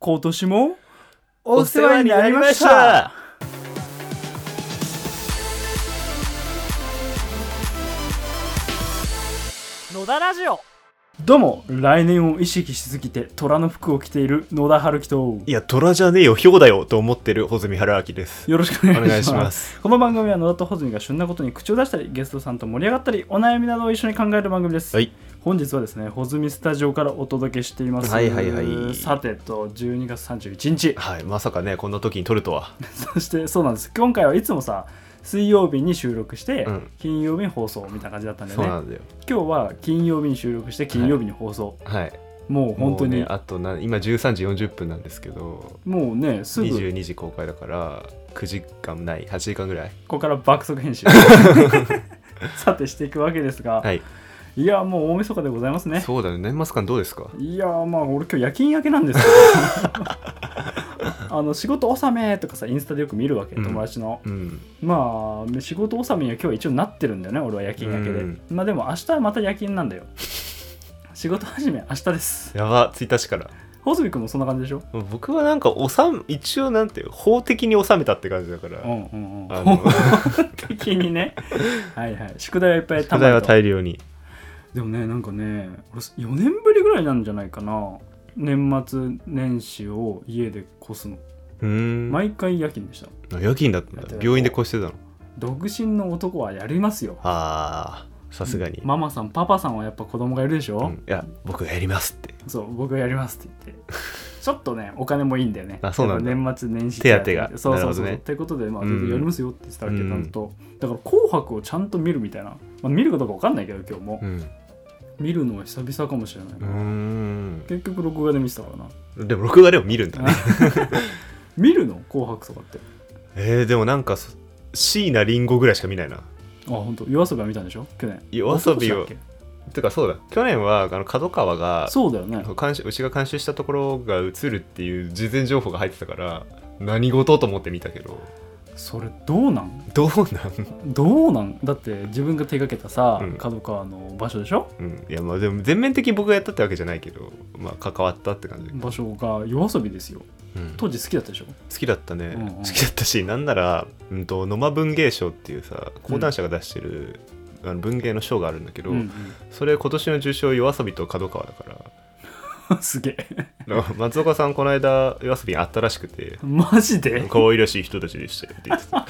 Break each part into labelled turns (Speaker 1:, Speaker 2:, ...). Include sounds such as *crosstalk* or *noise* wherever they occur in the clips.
Speaker 1: 今年もお世話になりました。
Speaker 2: 野田ラジオ
Speaker 1: どうも来年を意識しすぎて虎の服を着ている野田春樹と
Speaker 3: いや、虎じゃねえよ、ヒョウだよと思ってる穂積春明です。
Speaker 1: よろしくお
Speaker 3: お
Speaker 1: 願
Speaker 3: 願
Speaker 1: い
Speaker 3: い
Speaker 1: し
Speaker 3: し
Speaker 1: ま
Speaker 3: ますす。
Speaker 1: この番組は野田と穂積が旬なことに口を出したりゲストさんと盛り上がったりお悩みなどを一緒に考える番組です、
Speaker 3: はい
Speaker 1: 本日はですね穂積スタジオからお届けしています
Speaker 3: はいはいはい
Speaker 1: さてと12月31日 *laughs*
Speaker 3: はい、まさかね、こんな時に撮るとは。
Speaker 1: そしてそうなんです今回はいつもさ水曜日に収録して、
Speaker 3: うん
Speaker 1: 金曜日に放送みたいな感じだったんだよ
Speaker 3: そう
Speaker 1: ね
Speaker 3: なんだよ。
Speaker 1: 今日は金曜日に収録して金曜日に放送、
Speaker 3: はい。
Speaker 1: もう本当に
Speaker 3: もうね、あとな、今13時40分なんですけど、
Speaker 1: もうねすぐこ
Speaker 3: 22時公開だから、9時間ない、8時間ぐらい。
Speaker 1: こから爆速
Speaker 3: *laughs*
Speaker 1: 編集さてしていくわけですが、
Speaker 3: はい。
Speaker 1: い、やもう大晦日でございますね
Speaker 3: そうだね、年末間どうですか
Speaker 1: いやーまあ俺今日夜勤明けなんですよ *laughs* あの仕事納めとかさインスタでよく見るわけ
Speaker 3: うん
Speaker 1: 友達の、
Speaker 3: うん。
Speaker 1: まあ仕事納めには今日は一応なってるんだよね俺は夜勤明けで、
Speaker 3: うん
Speaker 1: まあでも明日はまた夜勤なんだよ仕事始め明日です
Speaker 3: やば、1日から。
Speaker 1: 細見君もそんな感じでしょ
Speaker 3: 僕はなんか、おさん、一応なんていう、法的に収めたって感じだか
Speaker 1: う
Speaker 3: ら、
Speaker 1: んうんう *laughs*
Speaker 3: あ
Speaker 1: ん
Speaker 3: の、
Speaker 1: 的にねはいはい宿題はいっぱい溜
Speaker 3: 宿
Speaker 1: ま
Speaker 3: 題
Speaker 1: る
Speaker 3: は
Speaker 1: と
Speaker 3: 大量に。
Speaker 1: でもねなんかね俺4年ぶりぐらいなんじゃないかな年末年始を家で越すの
Speaker 3: うーん。
Speaker 1: 毎回夜勤でした
Speaker 3: 夜勤だったん
Speaker 1: やって
Speaker 3: だ。
Speaker 1: た
Speaker 3: 病院で越してたの。
Speaker 1: 独身の男はやりますよ
Speaker 3: ああ、さすがに。
Speaker 1: ママさんパパさんはやっぱ子供がいるでし
Speaker 3: う
Speaker 1: ょ、
Speaker 3: んいや、僕やりますって。
Speaker 1: そう僕がやりますって言って
Speaker 3: *laughs*
Speaker 1: ちょっとねお金もいいんだよね
Speaker 3: あそうなんだ
Speaker 1: やっぱ年末年始
Speaker 3: 手当てが
Speaker 1: そうそう
Speaker 3: なるほ
Speaker 1: そ
Speaker 3: ど
Speaker 1: う
Speaker 3: ね
Speaker 1: ってことでまあ
Speaker 3: うん
Speaker 1: 全然やりますよって言ってたわけちゃんと、だから「紅白」をちゃんと見るみたいな、まあ、見るかどうか分かんないけど今日も、
Speaker 3: うん。
Speaker 1: 見るのは久々かもしれない、
Speaker 3: うーん
Speaker 1: 結局録画で見てたからな
Speaker 3: でも録画でも見るんだね
Speaker 1: *laughs* 見るの紅白とかって
Speaker 3: えー、でもなんかそ椎名林檎ぐらいしか見ないな
Speaker 1: あ本当夜遊びは見たんでしょ去年
Speaker 3: 夜遊び
Speaker 1: おと
Speaker 3: を
Speaker 1: としだっ
Speaker 3: てかそうだ去年はあの角川
Speaker 1: け
Speaker 3: が
Speaker 1: そうだよね
Speaker 3: そう監修うちが監修したところが映るっていう事前情報が入ってたから何事と思って見たけど
Speaker 1: それどうなん
Speaker 3: どうなん、
Speaker 1: どうなんだって自分が手がけたさ
Speaker 3: うん
Speaker 1: 角川の場所でしょ
Speaker 3: うん、いやまあでも全面的に僕がやったってわけじゃないけどまあ関わったって感じ、
Speaker 1: 場所が夜遊びですよ
Speaker 3: うん
Speaker 1: 当時好きだったでしょ
Speaker 3: 好きだったね、
Speaker 1: うんうん
Speaker 3: 好きだったしなんなら、うん、と野間文芸賞っていうさ講談社が出してる、あの文芸の賞があるんだけど、
Speaker 1: うん
Speaker 3: それ今年の受賞夜遊びと角川だから
Speaker 1: *laughs* うんすげえ
Speaker 3: なんか松岡さんこの間夜遊びに会ったらしくて
Speaker 1: マジで
Speaker 3: 可愛らしい人たちでしたよって言って
Speaker 1: *laughs*
Speaker 3: た、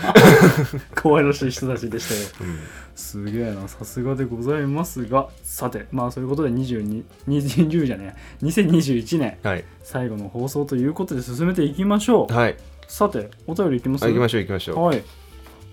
Speaker 1: 可愛らしい人たちでしたよ
Speaker 3: うん
Speaker 1: すげえなさすがでございますがさてまあそういうことで22 2020じゃねえ2021年
Speaker 3: はい
Speaker 1: 最後の放送ということで進めていきましょう
Speaker 3: はい
Speaker 1: さてお便りいきます
Speaker 3: あ行きま
Speaker 1: し
Speaker 3: しょう行きましょう
Speaker 1: はい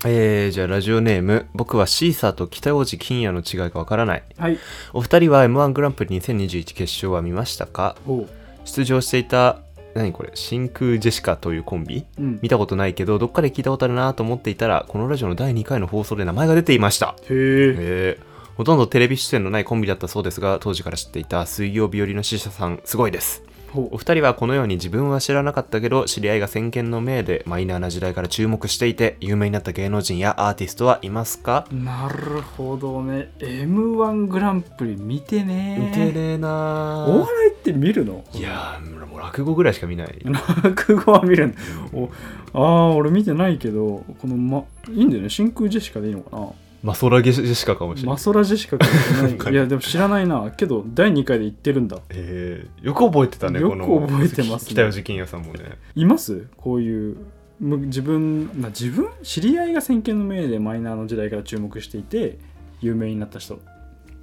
Speaker 3: えー、じゃあラジオネーム僕はシーサーと北王子金谷の違いがわからない
Speaker 1: はい
Speaker 3: お二人は m 1グランプリ2021決勝は見ましたか
Speaker 1: おう
Speaker 3: 出場していた何これ真空ジェシカというコンビ
Speaker 1: うん
Speaker 3: 見たことないけどどっかで聞いたことあるなと思っていたらこのラジオの第2回の放送で名前が出ていました
Speaker 1: へえ
Speaker 3: へえほとんどテレビ出演のないコンビだったそうですが当時から知っていた水曜日寄りの死者さんすごいです
Speaker 1: ほ
Speaker 3: お二人はこのように自分は知らなかったけど知り合いが先見の明でマイナーな時代から注目していて有名になった芸能人やアーティストはいますか
Speaker 1: うなるほどね m 1グランプリ見てね
Speaker 3: 見てねえな
Speaker 1: お笑いって見るの *laughs*
Speaker 3: いやーもう落語ぐらいしか見ない
Speaker 1: 落語は見るんだおああ俺見てないけどこのまいいんだよね真空ジェシカでいいのかな
Speaker 3: マソラゲジェシカかもしれな
Speaker 1: マ
Speaker 3: い
Speaker 1: ソラジェシカかもしれ
Speaker 3: わ
Speaker 1: な
Speaker 3: か
Speaker 1: い
Speaker 3: る
Speaker 1: いやでも知らないなけど第2回で言ってるんだ
Speaker 3: えー、よく覚えてたね
Speaker 1: よ
Speaker 3: こ
Speaker 1: く
Speaker 3: の
Speaker 1: 覚えてますね
Speaker 3: 北吉金也さんもね
Speaker 1: いますこういうむ自分な自分知り合いが先見の明でマイナーの時代から注目していて有名になった人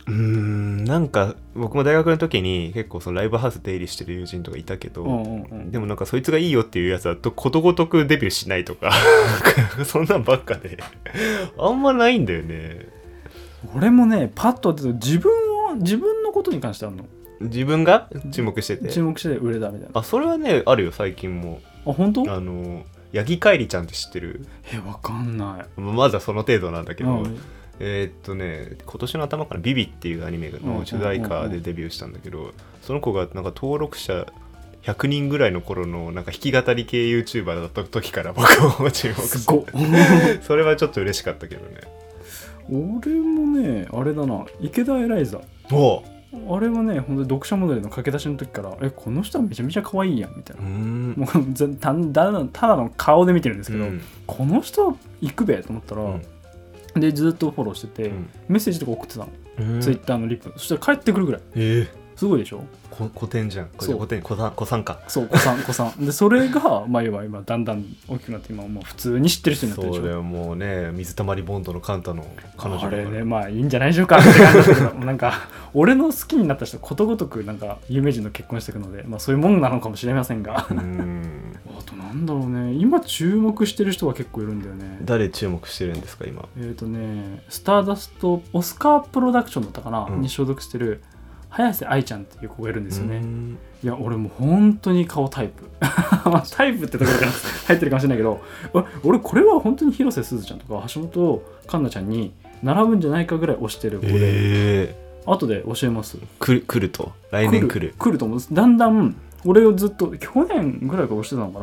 Speaker 3: うーんなんか僕も大学の時に結構そのライブハウス出入りしてる友人とかいたけど、
Speaker 1: うんうんうん
Speaker 3: でもなんかそいつがいいよっていうやつだとことごとくデビューしないとか *laughs* そんなんばっかであんまないんだよね
Speaker 1: 俺もねパッと出て自分を自分のことに関してあるの
Speaker 3: 自分が注目して
Speaker 1: 注
Speaker 3: て
Speaker 1: 目して売れたみたいなあ
Speaker 3: あそれはねあるよ最近も
Speaker 1: 本当
Speaker 3: あの八木かえりちゃんって知ってる
Speaker 1: えわかんない
Speaker 3: まだその程度なんだけど、
Speaker 1: うん
Speaker 3: えーっとね今年の頭から「ビビっていうアニメ
Speaker 1: うんうんうん
Speaker 3: の主題歌でデビューしたんだけど、その子がなんか登録者100人ぐらいの頃のなんか弾き語り系 YouTuber だった時から僕も注目
Speaker 1: す
Speaker 3: し
Speaker 1: ごって
Speaker 3: *laughs* それはちょっと嬉しかったけどね
Speaker 1: 俺もねあれだな池田エライザ
Speaker 3: おう
Speaker 1: あれはね本当に読者モデルの駆け出しの時からえこの人はめちゃめちゃ可愛いやんみたいな
Speaker 3: うん
Speaker 1: もう *laughs* ざたただのただの顔で見てるんですけど、
Speaker 3: うん
Speaker 1: この人行くべと思ったら、でずっとフォローしてて、
Speaker 3: うん
Speaker 1: メッセージとか送ってたの、
Speaker 3: うん
Speaker 1: ツイッターのリプそしたら帰ってくるぐらい
Speaker 3: ええ
Speaker 1: すごいでしょ
Speaker 3: こ古典じゃんこれ
Speaker 1: そう
Speaker 3: 古典古参古参か
Speaker 1: そう子さん子さんでそれがまあ言えば今だんだん大きくなって今もう普通に知ってる人になってるでし
Speaker 3: そう
Speaker 1: ょ
Speaker 3: だよもうね水溜りボンドのカンタの彼女
Speaker 1: あ
Speaker 3: だから
Speaker 1: れねまあいいんじゃないでしょうかって感じだけどなんか俺の好きになった人ことごとくなんか有名人と結婚していくので、まあ、そういうもんなのかもしれませんが *laughs*
Speaker 3: うん
Speaker 1: あとなんだろうね今注目してる人が結構いるんだよね
Speaker 3: 誰注目してるんですか今
Speaker 1: えっ、とねスターダストオスカープロダクションだったかな、
Speaker 3: うん
Speaker 1: に所属してる早瀬愛ちゃんっていう子がいるんですよね、
Speaker 3: うん
Speaker 1: いや俺もう本当に顔タイプ *laughs* まあタイプってところから入ってるかもしれないけど俺俺これは本当に広瀬すずちゃんとか橋本環奈ちゃんに並ぶんじゃないかぐらい推してる子で、
Speaker 3: ええ
Speaker 1: 後で教えます
Speaker 3: く来ると来年来る
Speaker 1: 来ると思うんですだんだん俺をずっと去年ぐらいから推してたのか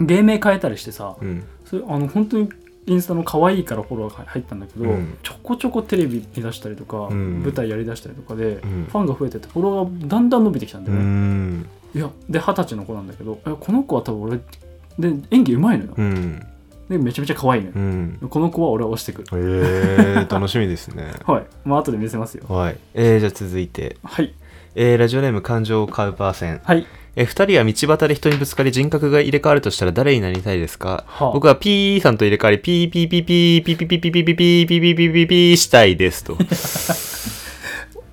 Speaker 1: な芸名変えたりしてさ
Speaker 3: うん
Speaker 1: それあの本当にインスタの可愛いからフォロワーが入ったんだけど、
Speaker 3: うん
Speaker 1: ちょこちょこテレビに出したりとか、
Speaker 3: うん
Speaker 1: 舞台やりだしたりとかで、
Speaker 3: うん
Speaker 1: ファンが増えてってフォロワーがだんだん伸びてきたんだ
Speaker 3: う
Speaker 1: よね、
Speaker 3: ん
Speaker 1: いやで二十歳の子なんだけどえこの子は多分俺で演技うまいのよ、
Speaker 3: うん
Speaker 1: でめちゃめちゃ可愛いのよ
Speaker 3: う、ん
Speaker 1: この子は俺は推してくる
Speaker 3: ええ *laughs* 楽しみですね
Speaker 1: はいまあ後で見せますよ
Speaker 3: はいえー、じゃあ続いて、
Speaker 1: はい
Speaker 3: えー、ラジオネーム感情を買うパーセン
Speaker 1: はい
Speaker 3: えー、二人は道端で人にぶつかり人格が入れ替わるとしたら誰になりたいですか、
Speaker 1: はあ
Speaker 3: 僕は P さんと入れ替わりピーピーピーピーピーピーピーピーピーピーピーピーピーピーピーしたいです *laughs* と。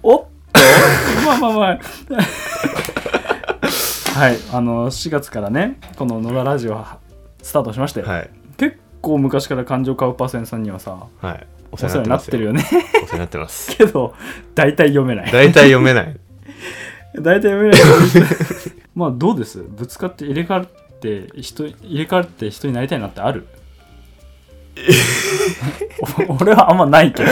Speaker 1: おっと *laughs* まあまあまあはいあの4月からねこの「野田ラジオ」スタートしまして、
Speaker 3: はい。
Speaker 1: 結構昔から感情カウパーセンさんにはさ
Speaker 3: はい。お
Speaker 1: お世話になってるよ
Speaker 3: ね。
Speaker 1: ね
Speaker 3: お世話になって *laughs* ます。
Speaker 1: けど大体読めない
Speaker 3: 大体読めない。
Speaker 1: 大体
Speaker 3: *laughs*
Speaker 1: 無理だまあどうですぶつかって入れ替わって人入れ替わって人になりたいなってあ
Speaker 3: *laughs*
Speaker 1: るお俺はあんまないけど、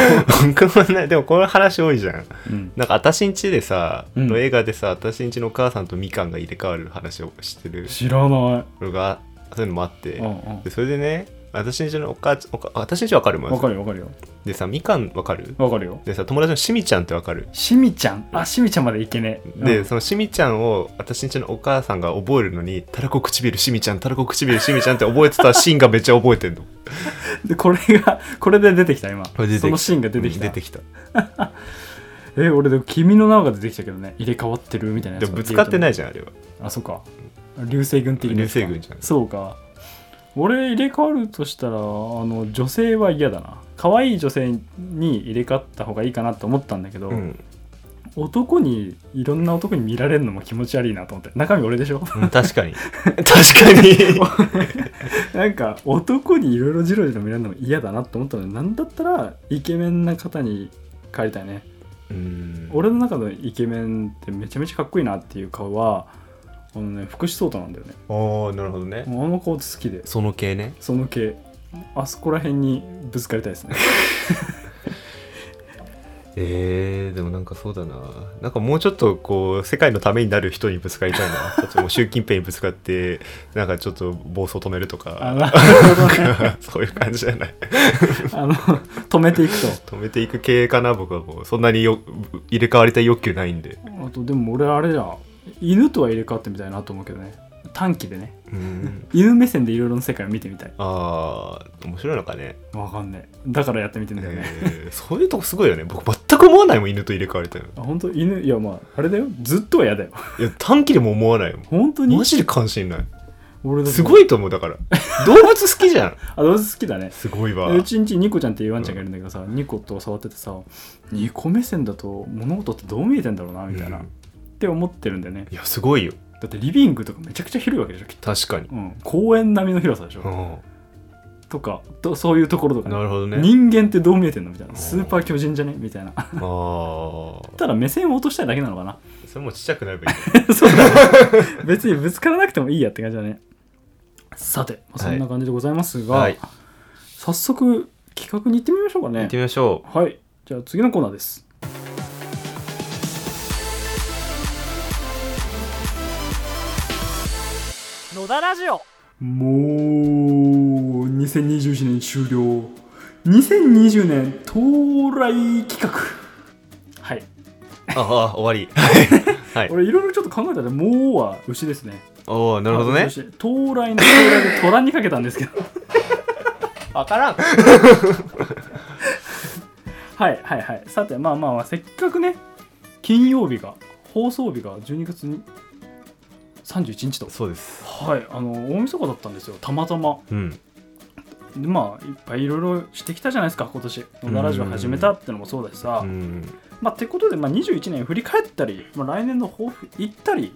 Speaker 3: 僕もね、でもこの話多いじゃん。
Speaker 1: うん、
Speaker 3: なんか、あたしんちでさ、
Speaker 1: うん
Speaker 3: の映画でさ、あたしんちのお母さんとみかんが入れ替わる話をしてる
Speaker 1: 知らない
Speaker 3: のが、そういうのもあって、
Speaker 1: うんうん
Speaker 3: でそれでね、あたしんちのお母ちおか、あたしんちわかるも
Speaker 1: わ
Speaker 3: ん。
Speaker 1: かるよわかるよ
Speaker 3: でさ、みかんわかる
Speaker 1: わかるよ
Speaker 3: でさ、友達のしみちゃんってわかる
Speaker 1: しみちゃんあしみちゃんまでいけねえ
Speaker 3: で、
Speaker 1: うん
Speaker 3: そのしみちゃんを私んちのお母さんが覚えるのに「たらこ唇しみちゃんたらこ唇しみちゃん」って覚えてたシーンがめっちゃ覚えてんの
Speaker 1: でこれがこれで出てきた今
Speaker 3: これ出てきた
Speaker 1: そのシーンが出てきた,、
Speaker 3: うん出てきた
Speaker 1: え俺でも君の名が出てきたけどね入れ替わってるみたいなや
Speaker 3: で
Speaker 1: つ
Speaker 3: もぶつかってないいじゃんあれは
Speaker 1: あそうか流星群的なやつか
Speaker 3: 流星群じゃん
Speaker 1: そうか俺入れ替わるとしたらあの女性は嫌だな可愛い女性に入れ替わった方がいいかなと思ったんだけど、
Speaker 3: うん、
Speaker 1: 男にいろんな男に見られるのも気持ち悪いなと思って中身俺で
Speaker 3: *laughs*
Speaker 1: しょ
Speaker 3: うん
Speaker 1: *laughs*
Speaker 3: 確かに確かに
Speaker 1: なんか男にいろいろジロジロ見られるのも嫌だなと思ったのでなんだったらイケメンな方に帰りたいね
Speaker 3: うん
Speaker 1: 俺の中のイケメンってめちゃめちゃかっこいいなっていう顔はあのね福士蒼汰なんだよね
Speaker 3: ああなるほどね
Speaker 1: あの顔好きで
Speaker 3: その系ね
Speaker 1: その系あそこら辺にぶつかりたいです
Speaker 3: *laughs*
Speaker 1: ね
Speaker 3: えー、でもなんかそうだななんかもうちょっとこう世界のためになる人にぶつかりたい
Speaker 1: *laughs*
Speaker 3: なちょっともう習近平にぶつかってなんかちょっと暴走止めると
Speaker 1: あ
Speaker 3: *laughs* か
Speaker 1: なるほどね
Speaker 3: *laughs* そういう感じじゃない
Speaker 1: あの止めていくと
Speaker 3: 止めていく系かな僕はもうそんなによ入れ替わりたい欲求ないんで
Speaker 1: あとでも俺あれだ犬とは入れ替わってみたいなと思うけどね短期でね
Speaker 3: うん
Speaker 1: 犬目線でいろいろの世界を見てみたい
Speaker 3: ああ面白いのかね、
Speaker 1: わかんないだからやってみてんだよね、
Speaker 3: えーそういうとこすごいよね僕全く思わないもん犬と入れ替わりたいの
Speaker 1: あ本当犬いやまああれだよずっとは嫌だよ
Speaker 3: いや短期でも思わないもん
Speaker 1: 本当に
Speaker 3: マジで関心ない
Speaker 1: 俺だって
Speaker 3: すごいと思うだから動物好き
Speaker 1: *laughs*
Speaker 3: じゃん
Speaker 1: あ動物好きだね
Speaker 3: すごいわ
Speaker 1: うちんちニコちゃんっていうワンちゃんがいるんだけどさ、ニコと触っててさニコ目線だと物事ってどう見えてんだろうなみたいな、
Speaker 3: うん
Speaker 1: って思ってるんだよね
Speaker 3: いやすごいよ
Speaker 1: だってリビングとかめちゃくちゃ広いわけでしょきっと、
Speaker 3: 確かに、
Speaker 1: うん、公園並みの広さでしょ、
Speaker 3: う
Speaker 1: とかとそういうところとか
Speaker 3: ん、
Speaker 1: ね
Speaker 3: なるほどね
Speaker 1: 人間ってどう見えてんのみたいな
Speaker 3: うん
Speaker 1: スーパー巨人じゃねみ
Speaker 3: *laughs*
Speaker 1: たいな
Speaker 3: ああー
Speaker 1: ただ目線を落としたいだけなのか
Speaker 3: *laughs*
Speaker 1: な
Speaker 3: それもちっちゃくなればいい
Speaker 1: そうだ、ね、別にぶつからなくてもいいやって感じだねさて、まあそ
Speaker 3: はい
Speaker 1: んな感じでございますが、
Speaker 3: はい
Speaker 1: 早速企画に行ってみましょうか
Speaker 3: 行
Speaker 1: ね
Speaker 3: ってみましょ
Speaker 1: はいじゃあ次のコーナーです
Speaker 2: 野田ラジオ
Speaker 1: もう2021年終了2020年到来企画はいう
Speaker 3: ああ終わりはい、はい、
Speaker 1: 俺いろいろちょっと考えたら「もう」は牛ですね
Speaker 3: *laughs* おおなるほど
Speaker 1: あ
Speaker 3: ね
Speaker 1: 牛到来の到来で虎にかけたん
Speaker 3: *laughs*
Speaker 1: ですけど
Speaker 3: 分
Speaker 1: *laughs*
Speaker 3: からん
Speaker 1: はいはいはいさてまあまあまあせっかくね金曜日が放送日が12月に31日と
Speaker 3: そうです
Speaker 1: はいあの大晦日だったんですよたまたま
Speaker 3: うん
Speaker 1: でまあいっぱいいろいろしてきたじゃないですか今年野田ラジオ始めたってのもそうだしさ、
Speaker 3: うん
Speaker 1: まあてことで、まあ、21年振り返ったり、まあ、来年の抱負行ったり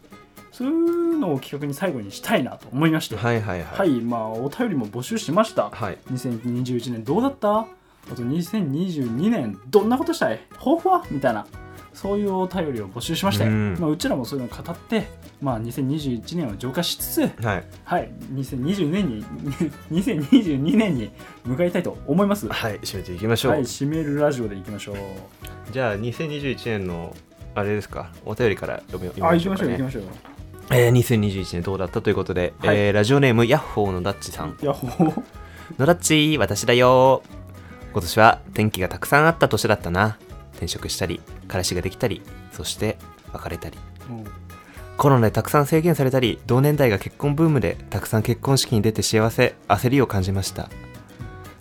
Speaker 1: そういうのを企画に最後にしたいなと思いまして
Speaker 3: はいはい
Speaker 1: は、
Speaker 3: はいい
Speaker 1: まあお便りも募集しました
Speaker 3: はい
Speaker 1: 2021年どうだったあと2022年どんなことしたい抱負はみたいなそういうお便りを募集しましたよ、
Speaker 3: うん
Speaker 1: まあ、うちらもそういうのを語って、まあ、2021年を浄化しつつ
Speaker 3: はい
Speaker 1: はい2020年に *laughs* 2022年に向かいたいと思いますは
Speaker 3: はい締めていきまし
Speaker 1: い
Speaker 3: ょう
Speaker 1: 締めるラジオでいきましょう
Speaker 3: じゃあ2021年のあれですかお便りから読み読
Speaker 1: あ
Speaker 3: みま
Speaker 1: 行
Speaker 3: し
Speaker 1: き
Speaker 3: ょう
Speaker 1: まし
Speaker 3: か
Speaker 1: ょう行き
Speaker 3: ね
Speaker 1: ましょう
Speaker 3: えー2021年どうだったということで、
Speaker 1: はい
Speaker 3: えーラジオネームヤッホーのダッチさん
Speaker 1: いやほう
Speaker 3: のダッチ私だよ今年は天気がたくさんあった年だったな転職したり彼氏ができたりそして別れたりコロナでたくさん制限されたり同年代が結婚ブームでたくさん結婚式に出て幸せ焦りを感じました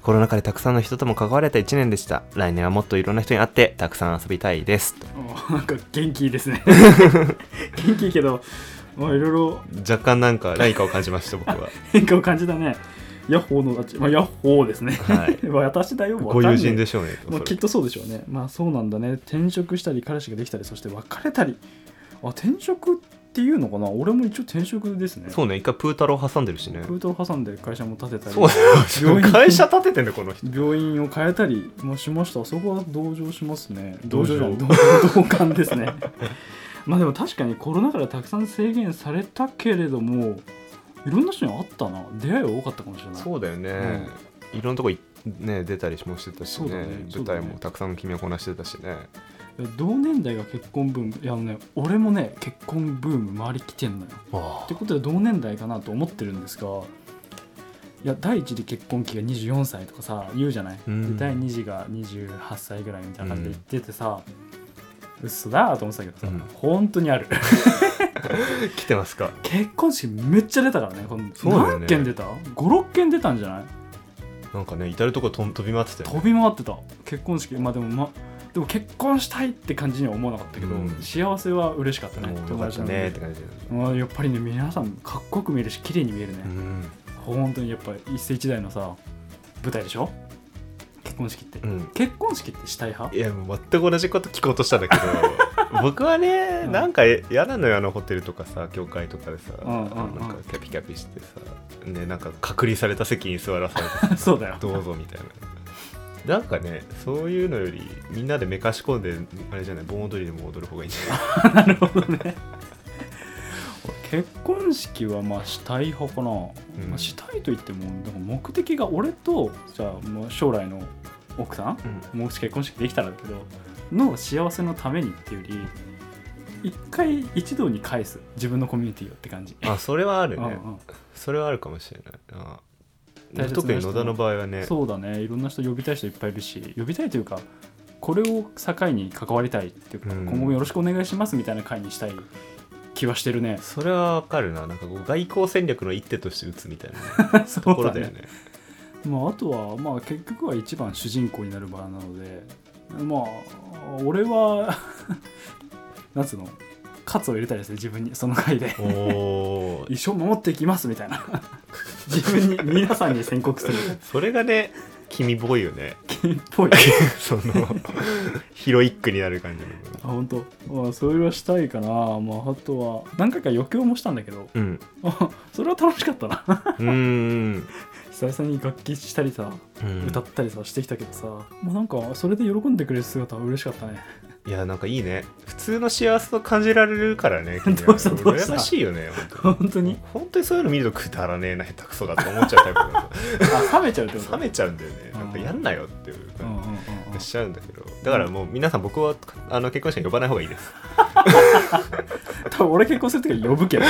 Speaker 3: コロナ禍でたくさんの人とも関われた1年でした来年はもっといろんな人に会ってたくさん遊びたいです
Speaker 1: うんなんか元気いいです
Speaker 3: *laughs*
Speaker 1: ね元気いいけどまあいろいろ
Speaker 3: 若干なんか何かを感じました僕は
Speaker 1: 変化を感じたね。ヤッホーの立ち、まあ、ヤッホーですね。 *laughs*
Speaker 3: はい
Speaker 1: 私だよ、
Speaker 3: *laughs* ご友人で
Speaker 1: し
Speaker 3: しょうね
Speaker 1: まあ、きっとそうでしょうね。まあそうなんだね。転職したり、彼氏ができたり、そして別れたり。あ、転職っていうのかな俺も一応転職ですね。
Speaker 3: そうね一回プータロー挟んでるしね
Speaker 1: 封筒を挟んで会社も建てたり、
Speaker 3: そう
Speaker 1: 病院
Speaker 3: 会社建ててんだこの人
Speaker 1: 病院を変えたりもしました。そこは同情しますね。同
Speaker 3: 同
Speaker 1: 情
Speaker 3: 情
Speaker 1: じゃん。同同感ですね。 *laughs* まあでも確かにコロナ禍でたくさん制限されたけれども、いろんな人に会ったな。出会いは多かったかもしれない。
Speaker 3: そうだよね、いろんなとこいね出たりもしてたし
Speaker 1: そう
Speaker 3: ね
Speaker 1: だねそう
Speaker 3: 舞
Speaker 1: だね
Speaker 3: 台もたくさんの君はこなしてたしね
Speaker 1: 同年代が結婚ブームいやあのね俺もね結婚ブーム周り来てんのよ
Speaker 3: あ
Speaker 1: ってことで同年代かなと思ってるんですがいや第一次結婚期が24歳とかさ言うじゃない、
Speaker 3: うん
Speaker 1: で第二次が28歳ぐらいみたいな感じで言っててさ、嘘だーと思ってたけどさ、
Speaker 3: うん
Speaker 1: 本当にある
Speaker 3: 来てますか
Speaker 1: 結婚式めっちゃ出たからねこの
Speaker 3: そうだよね
Speaker 1: 何件出た56件出たんじゃない
Speaker 3: なんかね至るとこ飛ん飛び回ってたよね
Speaker 1: 飛び回ってた結婚式まあでもまでも結婚したいって感じには思わなかったけど、
Speaker 3: うん
Speaker 1: 幸せは嬉しかったね
Speaker 3: もうよ
Speaker 1: 友
Speaker 3: かっ
Speaker 1: 達
Speaker 3: た
Speaker 1: なの
Speaker 3: ねっ
Speaker 1: で
Speaker 3: て感じで、
Speaker 1: まあ、やっぱりね皆さんかっこよく見えるし綺麗に見えるね、
Speaker 3: うん
Speaker 1: 本当にやっぱ一世一代のさ舞台でしょ結婚式って、
Speaker 3: うん、
Speaker 1: 結婚式ってしたい派
Speaker 3: いやもう全く同じこと聞こうとしたんだ
Speaker 1: *laughs*
Speaker 3: けど僕はね
Speaker 1: うん
Speaker 3: なんか嫌なのよあのホテルとかさ教会とかでさ、
Speaker 1: うんうんうん
Speaker 3: なんかキャピキャピしてさ、ね、なんか隔離された席に座らされ
Speaker 1: *laughs*
Speaker 3: てさ
Speaker 1: そうだよ
Speaker 3: どうぞみたいななんかねそういうのよりみんなでめかし込んであれじゃない盆踊りでも踊る方がいいんじゃない
Speaker 1: なるほどね結婚式はまあしたい派かな、
Speaker 3: ん
Speaker 1: まあ、したいといってもでも目的が俺とじゃあもう将来の奥さんもし結婚式できたらだけどの幸せのためにっていうより一回一堂に返す自分のコミュニティをって感じ、
Speaker 3: あそれはある
Speaker 1: う
Speaker 3: ね、
Speaker 1: んうん
Speaker 3: それはあるかもしれないあ
Speaker 1: 大切な人
Speaker 3: 特に野田の場合はね
Speaker 1: そうだねいろんな人呼びたい人いっぱいいるし呼びたいというかこれを境に関わりたいっていうか、
Speaker 3: うん
Speaker 1: 今後もよろしくお願いしますみたいな会にしたい気はしてるね
Speaker 3: *laughs* それはわかるななんかこう外交戦略の一手として打つみたい
Speaker 1: *laughs*
Speaker 3: な
Speaker 1: そ
Speaker 3: とこ
Speaker 1: う
Speaker 3: ろ
Speaker 1: だ
Speaker 3: だよ
Speaker 1: ね
Speaker 3: ね
Speaker 1: まあ、あとは、まあ、結局は一番主人公になる場なのでまあ俺は *laughs* なんつうの喝を入れたりですね自分にその回で
Speaker 3: おおー
Speaker 1: 一生守っていきますみたいな *laughs* 自分に皆さんに宣告する
Speaker 3: それがね君ボーイよね *laughs*
Speaker 1: っぽい
Speaker 3: そのヒロイックになる感じの
Speaker 1: あ本当。まあそれはしたいかな、まあ、あとは何回か余興もしたんだけど
Speaker 3: うん
Speaker 1: あ *laughs* それは楽しかった
Speaker 3: *laughs*
Speaker 1: な
Speaker 3: うーん
Speaker 1: 久々に楽器したりさ、
Speaker 3: うん
Speaker 1: 歌ったりさしてきたけどさもうなんかそれで喜んでくれる姿は嬉しかったね
Speaker 3: いやなんかいいね普通の幸せと感じられるからね君は
Speaker 1: どうしたどうした
Speaker 3: 羨ましいよね本
Speaker 1: 本当に
Speaker 3: 当本当にそういうの見るとくだらねえな下手くそだと思っちゃうタイプだか
Speaker 1: あ冷めちゃうって *laughs* こと
Speaker 3: ら冷めちゃうんだよねなんかやんなよっていう
Speaker 1: うんうんうんうん
Speaker 3: 感じしちゃうんだけどだからもう皆さん僕はあの結婚式に呼ばない方がいいです
Speaker 1: 多分俺結婚する時は呼ぶ *laughs* けど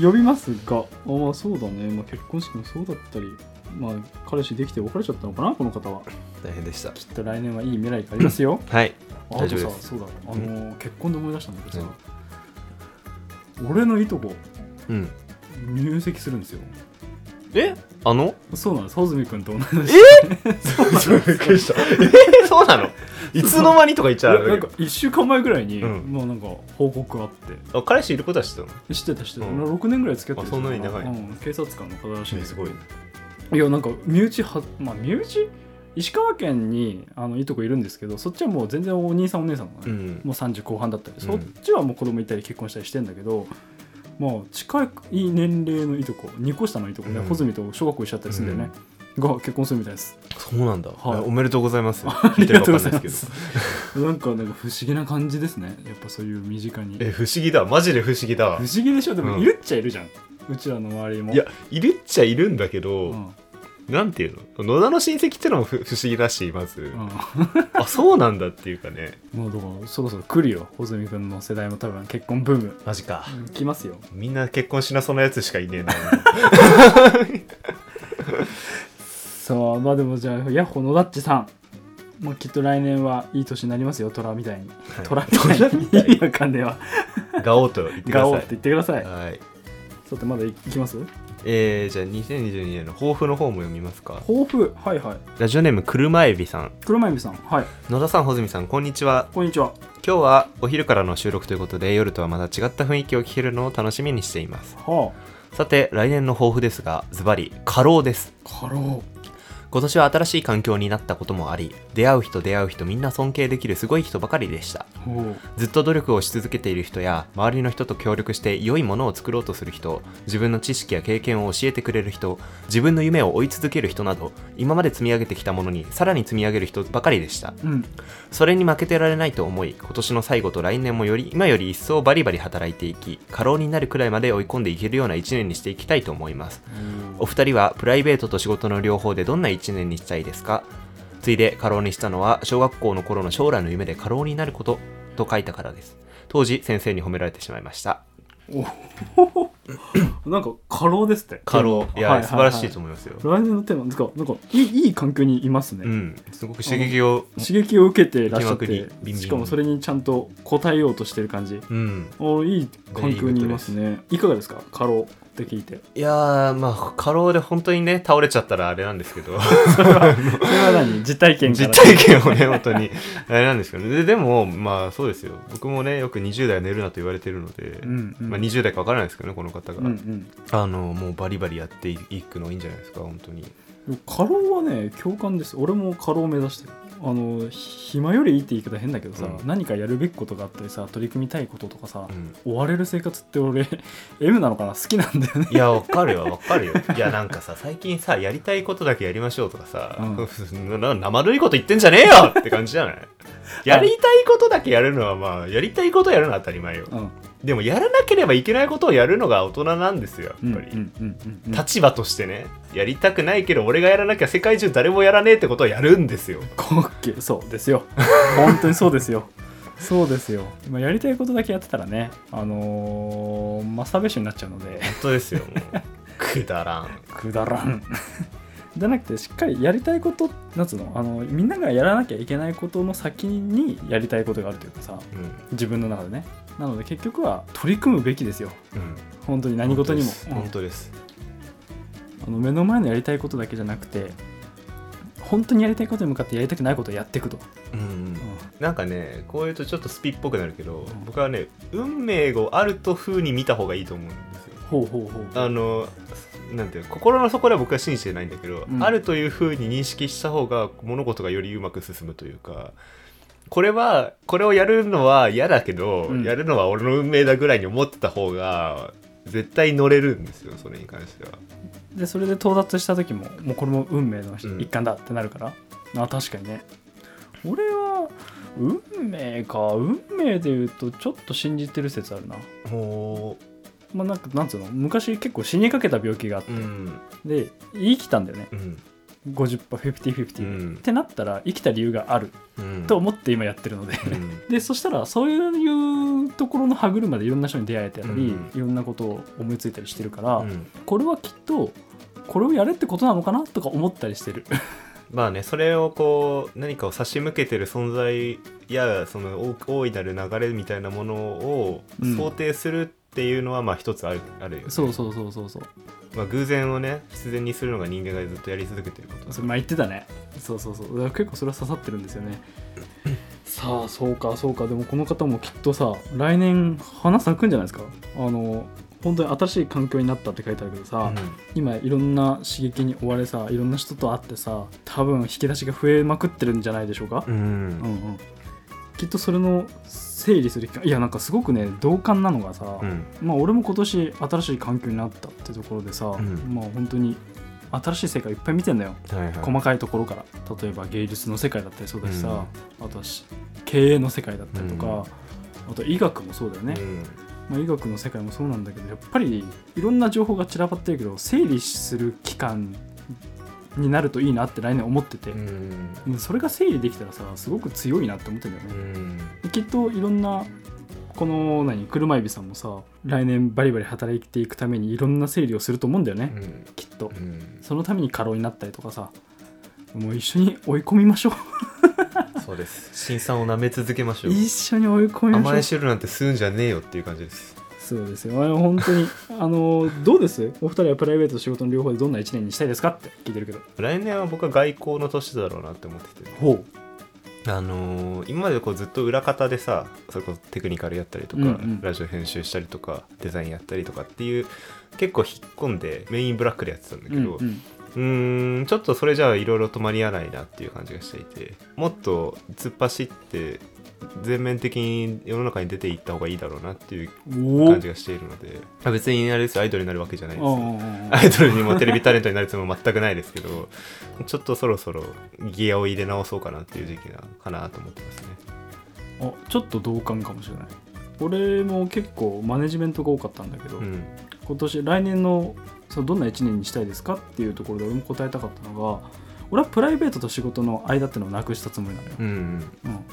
Speaker 1: 呼びますがあまあそうだね、まあ、結婚式もそうだったりまあ、彼氏できて別れちゃったのかなこの方は
Speaker 3: 大変でした
Speaker 1: きっと来年はいい未来がありますよ
Speaker 3: はい
Speaker 1: あと
Speaker 3: 大丈夫
Speaker 1: さ
Speaker 3: です
Speaker 1: そうだあの
Speaker 3: う
Speaker 1: ー、結婚で思い出したんだけどさ、俺のいとこ
Speaker 3: うん
Speaker 1: 入籍するんですよ
Speaker 3: えあの
Speaker 1: そうなんです穂積君と同じ
Speaker 3: そうなのえそうなのいつの間にとか言っちゃ
Speaker 1: なん
Speaker 3: う
Speaker 1: か1週間前ぐらいに、
Speaker 3: うん
Speaker 1: もうなんか報告あって
Speaker 3: あ彼氏いることは知ってたの
Speaker 1: 知ってた知ってた、
Speaker 3: うん
Speaker 1: 俺6年ぐらい付き合ってる
Speaker 3: あそんなに長い
Speaker 1: うん、警察官の方らしいんです
Speaker 3: す
Speaker 1: けど
Speaker 3: ごい
Speaker 1: いやなんか身内はまあ身内石川県にあのいとこいるんですけどそっちはもう全然お兄さんお姉さんがね、
Speaker 3: うん
Speaker 1: もう30後半だったり、
Speaker 3: う
Speaker 1: そ
Speaker 3: ん
Speaker 1: っちはもう子供いたり結婚したりしてんだけどまあ近い年齢のいとこ2個下のいとこね、
Speaker 3: うん
Speaker 1: 穂積と小学校一緒だったりするんだよね、が結婚するみたいです
Speaker 3: そうなんだ、
Speaker 1: はい
Speaker 3: いやおめでとうござい *laughs* ます
Speaker 1: ありがとうござい
Speaker 3: 聞て
Speaker 1: ま
Speaker 3: るか
Speaker 1: すなんかなんか不思議な感じですねやっぱそういう身近に
Speaker 3: わかんないですけどえ不思議だマジで不思議だわ
Speaker 1: 不思議でしょでも
Speaker 3: うん
Speaker 1: いるっちゃいるじゃん、うちらの周りも
Speaker 3: いや、いるっちゃいるんだけ
Speaker 1: うん
Speaker 3: ど、
Speaker 1: うん
Speaker 3: なんていうの野田の親戚ってのもふ不思議だしまず、あそうなんだっていうかね
Speaker 1: もうだからそろそろ来るよ穂積君の世代も多分結婚ブーム
Speaker 3: マジか
Speaker 1: 来ますよ
Speaker 3: みんな結婚しなそうなやつしかい
Speaker 1: *laughs*
Speaker 3: ねえな
Speaker 1: そうまあでもじゃあヤッホー野田っちさんもうきっと来年はいい年になりますよ虎みたいに虎みたいに意味わかんねえわ
Speaker 3: ガオーと言ってくだ
Speaker 1: ガ
Speaker 3: さ
Speaker 1: オ
Speaker 3: い
Speaker 1: ーって言ってください
Speaker 3: はい
Speaker 1: さてまだいきます
Speaker 3: えー、じゃあ2022年の抱負の方も読みますか
Speaker 1: 抱負はいはい
Speaker 3: ラジオネーム車エビさん
Speaker 1: 車海さんはい
Speaker 3: 野田さん穂積さんこんにちは
Speaker 1: こんにちは
Speaker 3: 今日はお昼からの収録ということで夜とはまた違った雰囲気を聞けるのを楽しみにしています
Speaker 1: は
Speaker 3: さて来年の抱負ですがズバリ過労です
Speaker 1: あ過労
Speaker 3: 今年は新しい環境になったこともあり出会う人出会う人みんな尊敬できるすごい人ばかりでした
Speaker 1: おう
Speaker 3: ずっと努力をし続けている人や周りの人と協力して良いものを作ろうとする人自分の知識や経験を教えてくれる人自分の夢を追い続ける人など今まで積み上げてきたものにさらに積み上げる人ばかりでした
Speaker 1: うん
Speaker 3: それに負けてられないと思い今年の最後と来年もより今より一層バリバリ働いていき過労になるくらいまで追い込んでいけるような1年にしていきたいと思いますお二人はプライベートと仕事の両方でどんな1年にしたいですかついで過労にしたのは小学校の頃の将来の夢で過労になることと書いたからです当時先生に褒められてしまいました
Speaker 1: なんか過労ですって
Speaker 3: いや、素晴らしいと思いますよ、
Speaker 1: 思う来年のテーマですかなんかいいいい環境にいますね、
Speaker 3: うんすごく刺激を
Speaker 1: 刺激を受けてらっしゃっ
Speaker 3: 気ま
Speaker 1: て
Speaker 3: ぐりビンビン
Speaker 1: しかもそれにちゃんと応えようとしてる感じ
Speaker 3: うん
Speaker 1: おいい環境にいますねいかがですか過労って聞いて
Speaker 3: いやーまあ過労で本当にね倒れちゃったらあれなんですけど
Speaker 1: それは何実体験から
Speaker 3: 実体験をね本当にあれなんですけどででもまあそうですよ僕もねよく20代は寝るなと言われてるので、
Speaker 1: うんうん
Speaker 3: まあ、20代か分からないですけどねこの方が、
Speaker 1: うんうん
Speaker 3: あのもうバリバリやっていくのいいんじゃないですか本当に
Speaker 1: でも過労はね共感です俺も過労を目指してるあの暇よりいいって言い方変だけどさ、
Speaker 3: うん
Speaker 1: 何かやるべきことがあったりさ取り組みたいこととかさ、
Speaker 3: うん
Speaker 1: 追われる生活って俺 *laughs* M なのかな好きなんだよね
Speaker 3: いやわかるよわかるよいやなんかさ最近さやりたいことだけやりましょうとかさ、 *laughs* な生ぬるいこと言ってんじゃねえよって感じじゃないやりたいことだけやるのはまあやりたいことやるのは当たり前よ
Speaker 1: うん
Speaker 3: でもやらなければいけないことをやるのが大人なんですよ
Speaker 1: う
Speaker 3: や
Speaker 1: ん
Speaker 3: っ
Speaker 1: う
Speaker 3: ぱ
Speaker 1: ん
Speaker 3: り、
Speaker 1: うんうんうん
Speaker 3: 立場としてねやりたくないけど俺がやらなきゃ世界中誰もやらねえってことをやるんですよ
Speaker 1: 高級そうですよ本当にそうですよ *laughs* そうですよ、まあ、やりたいことだけやってたらねあのー、マスターベーションになっちゃうので
Speaker 3: 本当ですよもう *laughs* くだらん
Speaker 1: くだらん *laughs* じゃなくてしっかりやりたいことなんつうのあのみんながやらなきゃいけないことの先にやりたいことがあるというかさ
Speaker 3: う
Speaker 1: 自分の中でねなので結局は取り組むべきですよ
Speaker 3: ん、うん、
Speaker 1: 本当に何事にもうん
Speaker 3: 本当です
Speaker 1: あの目の前のやりたいことだけじゃなくて本当にやりたいことに向かってやりたくないことをやっていくと、
Speaker 3: 本当ですうん、うん
Speaker 1: うん
Speaker 3: なんかねこういうとちょっとスピっぽくなるけど、
Speaker 1: ん
Speaker 3: 僕はね運命をあると風に見た方がいいと思うんですよ
Speaker 1: ほうほうほう
Speaker 3: あのなんていうの心の底では僕は信じてないんだけど、
Speaker 1: うん
Speaker 3: あるという風に認識した方が物事がよりうまく進むというかこれはこれをやるのは嫌だけど、
Speaker 1: うん
Speaker 3: やるのは俺の運命だぐらいに思ってた方が絶対乗れるんですよそれに関しては
Speaker 1: でそれで到達した時ももうこれも運命の
Speaker 3: うん
Speaker 1: 一環だってなるから、あ確かにね俺は運命か運命で言うとちょっと信じてる説あるな
Speaker 3: も
Speaker 1: まあなんかなんつうの昔結構死にかけた病気があって、
Speaker 3: うん
Speaker 1: で生きたんだよね
Speaker 3: うん
Speaker 1: 50%、50%、
Speaker 3: う
Speaker 1: 50っ
Speaker 3: ん
Speaker 1: てなったら生きた理由がある
Speaker 3: うん
Speaker 1: と思って今やってるので、
Speaker 3: うん
Speaker 1: でそしたらそういうところの歯車でいろんな人に出会えたり、
Speaker 3: うん
Speaker 1: いろんなことを思いついたりしてるから、
Speaker 3: うん
Speaker 1: これはきっとこれをやれってことなのかなとか思ったりしてる
Speaker 3: まあねそれをこう何かを差し向けてる存在やその大大いなる流れみたいなものを
Speaker 1: うん
Speaker 3: 想定するっていうのはまあ一つあるあるよね
Speaker 1: そうそうそうそうそう
Speaker 3: まあ、偶然をね必然にするのが人間がずっとやり続けてること
Speaker 1: それまあ言ってたねそうそうそうだから結構それは刺さってるんですよ
Speaker 3: *laughs*
Speaker 1: ねさあそうかそうかでもこの方もきっとさ来年花咲くんじゃないですかあの本当に新しい環境になったって書いてあるけどさ、今いろんな刺激に追われさいろんな人と会ってさ多分引き出しが増えまくってるんじゃないでしょうか
Speaker 3: う、ん、うん
Speaker 1: うんうんきっとそれの整理する機会いやなんかすごくね同感なのがさ、
Speaker 3: うん
Speaker 1: まあ、俺も今年新しい環境になったってところでさ、
Speaker 3: ん
Speaker 1: まあ本当に新しい世界いっぱい見てんだよ
Speaker 3: はいはい、
Speaker 1: 細かいところから例えば芸術の世界だったりそうだしさ、あとはし経営の世界だったりとか、あと医学もそうだよね、
Speaker 3: うん
Speaker 1: まあ、医学の世界もそうなんだけどやっぱりいろんな情報が散らばってるけど整理する期間になるといいなって来年思ってて、
Speaker 3: うん
Speaker 1: うんそれが整理できたらさすごく強いなって思ってんだよね
Speaker 3: う、ん
Speaker 1: きっといろんなこの何車エビさんもさ来年バリバリ働いていくためにいろんな整理をすると思うんだよね、
Speaker 3: うん
Speaker 1: きっと
Speaker 3: うん
Speaker 1: そのために過労になったりとかさもう一緒に追い込みましょ
Speaker 3: そうです辛酸を舐め続けまし
Speaker 1: う
Speaker 3: ょう
Speaker 1: 一緒に追い込み
Speaker 3: 甘
Speaker 1: ま
Speaker 3: え
Speaker 1: しょ
Speaker 3: 汁なんて吸うんじゃねえよっていう感じです
Speaker 1: うそうですよあの本当にあのどうですお二人はプライベートと仕事の両方でどんな1年にしたいですかって聞いてるけど
Speaker 3: 来年は僕は外交の年だろうなって思ってて
Speaker 1: ほ
Speaker 3: あのー今までこうずっと裏方でさそれこそテクニカルやったりとか、
Speaker 1: うんうん
Speaker 3: ラジオ編集したりとかデザインやったりとかっていう結構引っ込んでメインブラックでやってたんだ
Speaker 1: う、
Speaker 3: けど、
Speaker 1: うん
Speaker 3: うーんちょっとそれじゃあいろいろと間に合わないなっていう感じがしていてもっと突っ走って全面的に世の中に出ていった方がいいだろうなっていう
Speaker 1: うん、おお
Speaker 3: 感じがしているのであ別にあれですよアイドルになるわけじゃないですよ
Speaker 1: あ
Speaker 3: *laughs* アイドルにもテレビタレントになるつもりも全くないですけどちょっとそろそろギアを入れ直そうかなっていう時期なかなと思ってますね
Speaker 1: あちょっと同感かもしれない俺も結構マネジメントが多かったんだけど、
Speaker 3: うん
Speaker 1: 今年来年のそのどんな1年にしたいですかっていうところで俺も答えたかったのが俺はプライベートと仕事の間ってのをなくしたつもりなのよ、
Speaker 3: うん
Speaker 1: うん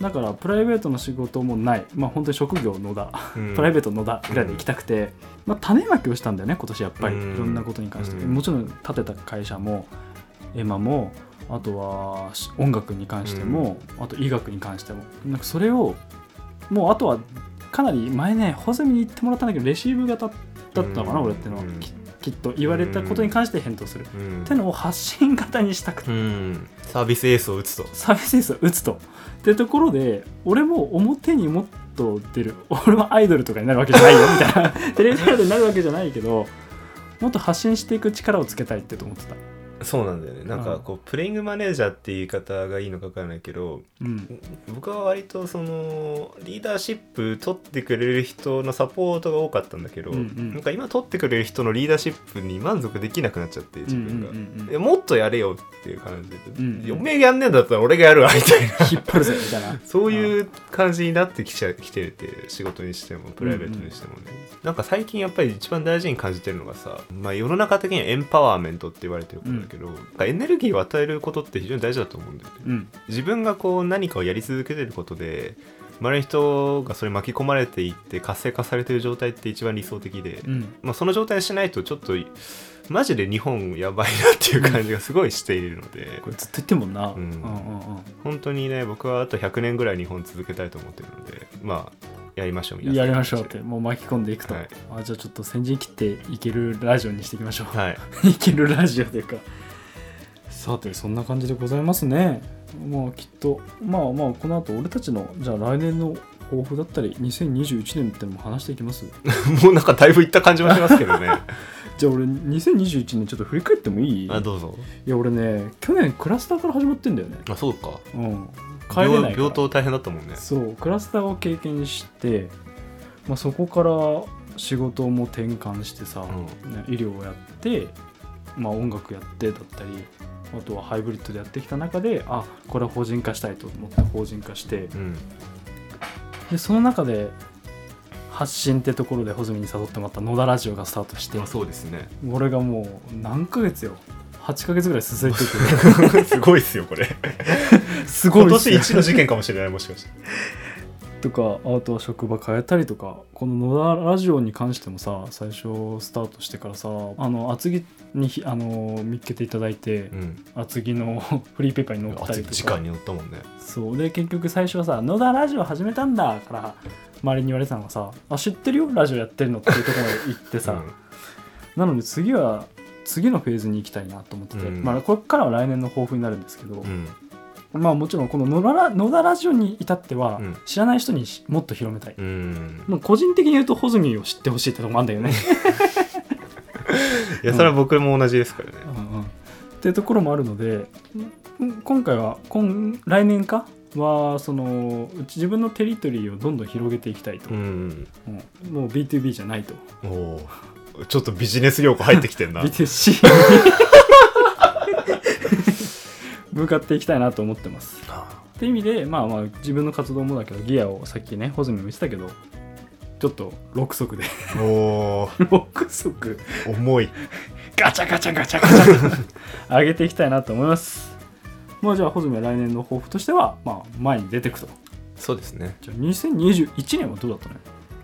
Speaker 1: だからプライベートの仕事もないまあ本当に職業野田、
Speaker 3: うん
Speaker 1: プライベート野田ぐらいで行きたくて、まあ、種まきをしたんだよね今年やっぱり、
Speaker 3: うん
Speaker 1: いろんなことに関して、
Speaker 3: うん
Speaker 1: もちろん建てた会社もエマもあとはし音楽に関しても、あと医学に関してもなんかそれをもうあとはかなり前ねホゼミに行ってもらったんだけどレシーブ型だったのかな、
Speaker 3: うん
Speaker 1: 俺っていうのは、
Speaker 3: うん
Speaker 1: ききっと言われたことに関して返答する、
Speaker 3: うん
Speaker 1: ってのを発信型にしたくて
Speaker 3: うんサービスエースを打つと
Speaker 1: サービスエースを打つと。ってところで俺も表にもっと出る俺はアイドルとかになるわけじゃないよみたいな *laughs* テレビアイドルになるわけじゃないけどもっと発信していく力をつけたいってと思ってた。
Speaker 3: そうなんだよねなんかこうプレイングマネージャーっていう言い方がいいのかわからないけど
Speaker 1: うん、
Speaker 3: 僕は割とそのリーダーシップ取ってくれる人のサポートが多かったんだけど、
Speaker 1: うんうん
Speaker 3: なんか今取ってくれる人のリーダーシップに満足できなくなっちゃって自分が、
Speaker 1: うんうんうんうん
Speaker 3: いやもっとやれよっていう感じで、
Speaker 1: んうん
Speaker 3: おめえがやんねえんだったら俺がやるわみたいな
Speaker 1: 引っ張るぜみたいな
Speaker 3: そういう感じになってきちゃきてて仕事にしてもプライベートにしてもね、なんか最近やっぱり一番大事に感じてるのがさ、まあ、世の中的にはエンパワーメントって言われてることだけど、なんかエネルギーを与えることって非常に大事だと思うんだよね。
Speaker 1: うん
Speaker 3: 自分がこう何かをやり続けてることで周りの人がそれに巻き込まれていって活性化されてる状態って一番理想的で、
Speaker 1: うん
Speaker 3: まあ、その状態にしないとちょっとマジで日本やばいなっていう感じがすごいしているので、
Speaker 1: これずっと言ってんもんな、
Speaker 3: うん
Speaker 1: うんうん
Speaker 3: 本当にね僕はあと100年ぐらい日本続けたいと思ってるのでまあやりましょう
Speaker 1: う
Speaker 3: 皆
Speaker 1: ん、
Speaker 3: さん
Speaker 1: やりましょうってもう巻き込んでいくと、
Speaker 3: はい
Speaker 1: あじゃあちょっと先陣切っていけるラジオにしていきましょう
Speaker 3: はい *laughs*
Speaker 1: いけるラジオというかさてそんな感じでございますねまあきっとまあまあこの後俺たちのじゃあ来年の抱負だったり2021年ってのも話していきます
Speaker 3: もうなんかだいぶいった感じもしますけどね
Speaker 1: じゃあ俺2021年ちょっと振り返ってもいいい
Speaker 3: *laughs* あどうぞ
Speaker 1: や俺ね去年クラスターから始まってんだよね
Speaker 3: あそうか
Speaker 1: うん帰れ
Speaker 3: 病
Speaker 1: ないから
Speaker 3: 病棟大変だったもんね
Speaker 1: そうクラスターを経験して、まあ、そこから仕事も転換してさ、
Speaker 3: ん
Speaker 1: ね医療をやって、まあ、音楽やってだったりあとはハイブリッドでやってきた中であこれは法人化したいと思って法人化して
Speaker 3: うん
Speaker 1: でその中で発信ってところで穂積に誘ってもらった野田ラジオがスタートして
Speaker 3: あそうですね
Speaker 1: 俺がもう何ヶ月よ8ヶ月ぐらい続いてて *laughs*
Speaker 3: *laughs* *laughs* すごいっすよこれ
Speaker 1: すごいっすよ
Speaker 3: 一の事件かもしれないもしかして
Speaker 1: とかあとは職場変えたりとかこの野田ラジオに関してもさ最初スタートしてからさあの厚木にひあの見っけていただいて、
Speaker 3: *laughs* うん
Speaker 1: 厚木の *laughs* フリーペーパーに載ったりと
Speaker 3: 時
Speaker 1: か
Speaker 3: 間に乗ったもんね
Speaker 1: そうで結局最初はさ「野田ラジオ始めたんだ」から周りに言われてたのがさ「あ知ってるよラジオやってるの」っていうところまで行ってさ、なので次は次のフェーズに行きたいなと思ってて、
Speaker 3: うん
Speaker 1: まあ、これからは来年の抱負になるんですけど、
Speaker 3: うん
Speaker 1: まあもちろんこの野田ラ野田ラジオに至っては
Speaker 3: うん
Speaker 1: 知らない人にしもっと広めたい、
Speaker 3: うん、うん
Speaker 1: もう個人的に言うとホズミを知ってほしいってとこもあるんだよね、
Speaker 3: いやそれは僕も同じですからね、
Speaker 1: うんうんっていうところもあるのでん今回は今来年かはそのうち自分のテリトリーをどんどん広げていきたいと、
Speaker 3: うん
Speaker 1: うんもう B2B じゃないと
Speaker 3: おおーちょっとビジネス用語入ってきてんな
Speaker 1: B2C に *laughs* 向かっていきたいなと思ってます
Speaker 3: あ
Speaker 1: って意味でまあまあ自分の活動もだけどギアをさっきねホズミも言ってたけどちょっと6足 *laughs* で
Speaker 3: ーおー
Speaker 1: 6足
Speaker 3: 重い
Speaker 1: ガチャガチャガチャガチャ *laughs* 上げていきたいなと思いますまあじゃあホズミは来年の抱負としてはまあ前に出てくと
Speaker 3: そうですね
Speaker 1: じゃあ2021年はどうだったの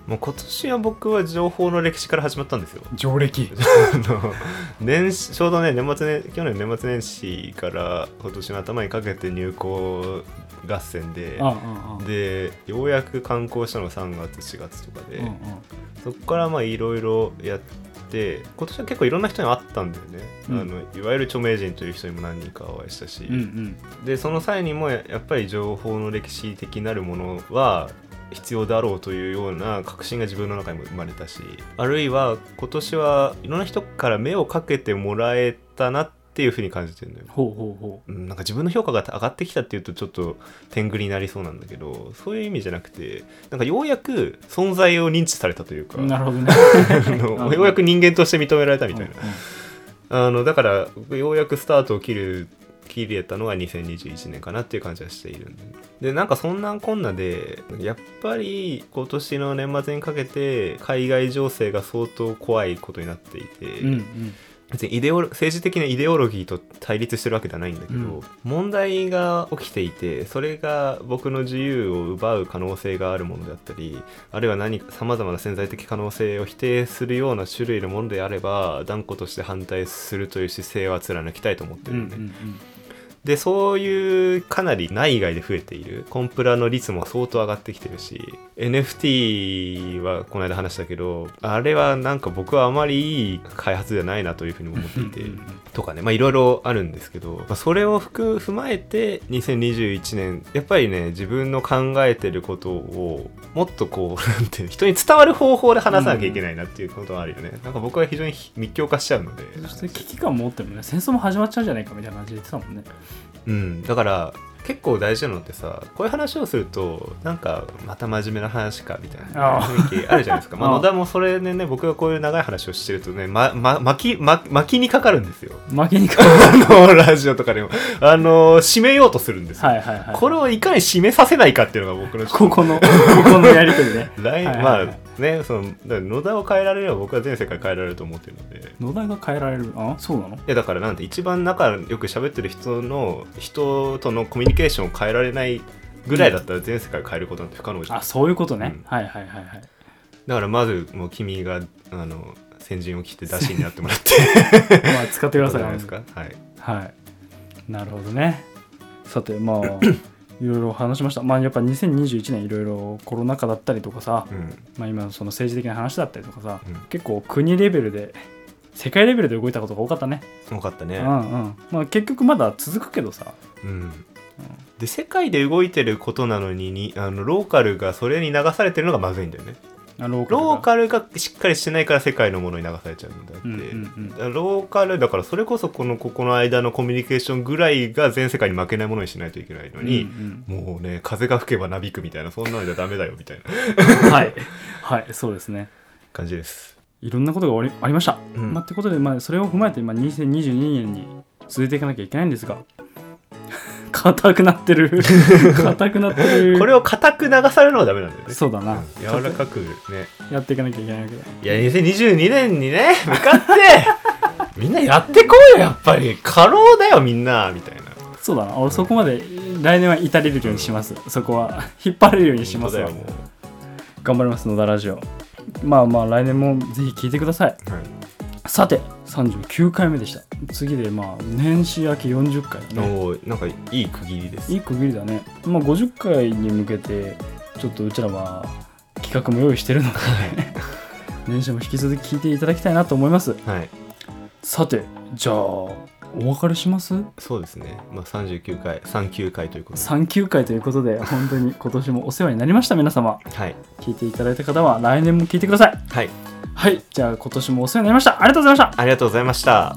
Speaker 3: もう今年は僕は情報の歴史から始まったんで
Speaker 1: *laughs*
Speaker 3: すよ
Speaker 1: 上歴
Speaker 3: あの年始ちょうどね年末ね去年年末年始から今年の頭にかけて入校合戦で
Speaker 1: ああああ
Speaker 3: でようやく観光したのが3月4月とか *laughs* で、
Speaker 1: うんうん
Speaker 3: そこからまあいろいろやって今年は結構いろんな人に会ったんだよね、
Speaker 1: うん
Speaker 3: あのいわゆる著名人という人にも何人かお会いしたし、
Speaker 1: うんうん
Speaker 3: でその際にもややっぱり情報の歴史的なるものは必要だろうというような確信が自分の中にも生まれたしあるいは今年はいろんな人から目をかけてもらえたなっていうふうに感じてるのよ。
Speaker 1: ほうほうほ
Speaker 3: うんなんか自分の評価が上がってきたっていうとちょっと天狗になりそうなんだけどそういう意味じゃなくてなんかようやく存在を認知されたというか
Speaker 1: うなるほどね
Speaker 3: あのようやく人間として認められたみたいな
Speaker 1: うんうん
Speaker 3: あのだからようやくスタートを切る切れたのが2021年かなっていう感じはしているんででなんかそんなんこんなでやっぱり今年の年末にかけて海外情勢が相当怖いことになっていて、
Speaker 1: うんうん
Speaker 3: 別にイデオロ政治的なイデオロギーと対立してるわけではないんだけど、
Speaker 1: うん
Speaker 3: 問題が起きていてそれが僕の自由を奪う可能性があるものであったりあるいは何かさまざまな潜在的可能性を否定するような種類のものであれば断固として反対するという姿勢は貫きたいと思って
Speaker 1: う
Speaker 3: る
Speaker 1: ん
Speaker 3: の
Speaker 1: うん
Speaker 3: ね、
Speaker 1: うん
Speaker 3: でそういうかなり内外で増えているコンプラの率も相当上がってきてるし NFT はこの間話したけどあれはなんか僕はあまりいい開発じゃないなというふうにも思っていて
Speaker 1: うんうんうん
Speaker 3: とかねまあいろいろあるんですけど、まあ、それを含踏まえて2021年やっぱりね自分の考えてることをもっとこう *laughs* なんていうの人に伝わる方法で話さなきゃいけないなっていうことはあるよね、なんか僕は非常に密教化しちゃうので
Speaker 1: そして危機感も持ってるもんね戦争も始まっちゃうんじゃないかみたいな感じで言ってたもんね
Speaker 3: うん、だから結構大事なのってさこういう話をするとなんかまた真面目な話かみたいな
Speaker 1: ああ
Speaker 3: 雰囲気あるじゃな
Speaker 1: *laughs*
Speaker 3: いですか、まあ、
Speaker 1: ああ
Speaker 3: 野田もそれでね僕がこういう長い話をしてるとね、まま、巻きま巻きにかかるん
Speaker 1: *laughs*
Speaker 3: ですよ
Speaker 1: 負けにか
Speaker 3: あのラジオとかでもあの締めようとするんですよ、
Speaker 1: はいはいはい
Speaker 3: これをいかに締めさせないかっていうのが僕の
Speaker 1: ここのここのやりとりね
Speaker 3: 来
Speaker 1: はいはい
Speaker 3: ま
Speaker 1: はい
Speaker 3: あねそのだから野田を変えられれば僕は全世界変えられると思ってるので
Speaker 1: 野田が変えられるあそうなの
Speaker 3: いやだからなんて一番仲良く喋ってる人の人とのコミュニケーションを変えられないぐらいだったら全世界変えることなんて不可能じゃん
Speaker 1: あそういうことね、
Speaker 3: うん
Speaker 1: はいはいはいはい
Speaker 3: だからまずもう君があの先陣を切って出しになってもらって
Speaker 1: まあ使
Speaker 3: *laughs*
Speaker 1: ってくだ
Speaker 3: じ
Speaker 1: さ
Speaker 3: ゃ
Speaker 1: い
Speaker 3: ないですかはい
Speaker 1: はいなるほどねさて *clears throat* まあいろいろ話しましたまあやっぱ2021年いろいろコロナ禍だったりとかさ、
Speaker 3: うん
Speaker 1: まあ、今その政治的な話だったりとかさ、
Speaker 3: うん
Speaker 1: 結構国レベルで世界レベルで動いたことが多かったね
Speaker 3: 分かった
Speaker 1: う
Speaker 3: ね
Speaker 1: んうんまあ結局まだ続くけどさ
Speaker 3: うんで世界で動いてることなのににあのローカルがそれに流されてるのがまずいんだよね
Speaker 1: あローカルが
Speaker 3: ローカルがしっかりしてないから世界のものに流されちゃうんだって、
Speaker 1: うんうん
Speaker 3: ローカルだからそれこそこのここの間のコミュニケーションぐらいが全世界に負けないものにしないといけないの
Speaker 1: うん
Speaker 3: に、
Speaker 1: うん
Speaker 3: もうね風が吹けばなびくみたいなそんなのじゃダメだよみたいな
Speaker 1: うんはいはいそうですね
Speaker 3: 感じです
Speaker 1: いろんなことがおりありました。
Speaker 3: うん
Speaker 1: まあ、ってことで、まあ、それを踏まえて、まあ、2022年に続いていかなきゃいけないんですが、 *laughs* 硬くなって
Speaker 3: *laughs*
Speaker 1: る。硬くなってる。
Speaker 3: これを固く流されるのはダメなんだよね
Speaker 1: そうだな。
Speaker 3: うん柔らかくね
Speaker 1: やっていかなきゃいけないわけど。
Speaker 3: いや2022年にね向かって *laughs* みんなやってこうよやっぱり過労だよみんなみたいな
Speaker 1: そうだな。俺、そこまで来年は至れるようにします、そこは *laughs* 引っ張れるようにしますわ
Speaker 3: 本当だよも
Speaker 1: 頑張ります野田ラジオまあまあ来年もぜひ聞いてくださいう
Speaker 3: はい
Speaker 1: さて39回目でした次でまあ年始明け40回だね
Speaker 3: おーなんかいい区切りです
Speaker 1: いい区切りだねまあ50回に向けてちょっとうちらは企画も用意してるので *laughs* 年始も引き続き聞いていただきたいなと思います
Speaker 3: はい
Speaker 1: さてじゃあお別れします
Speaker 3: そうですねまあ39回39回ということで
Speaker 1: 39回ということで本当に今年もお世話になりました皆様
Speaker 3: はい
Speaker 1: 聞いていただいた方は来年も聞いてください
Speaker 3: はい
Speaker 1: はいじゃあ今年もお世話になりましたありがとうございました
Speaker 3: ありがとうございました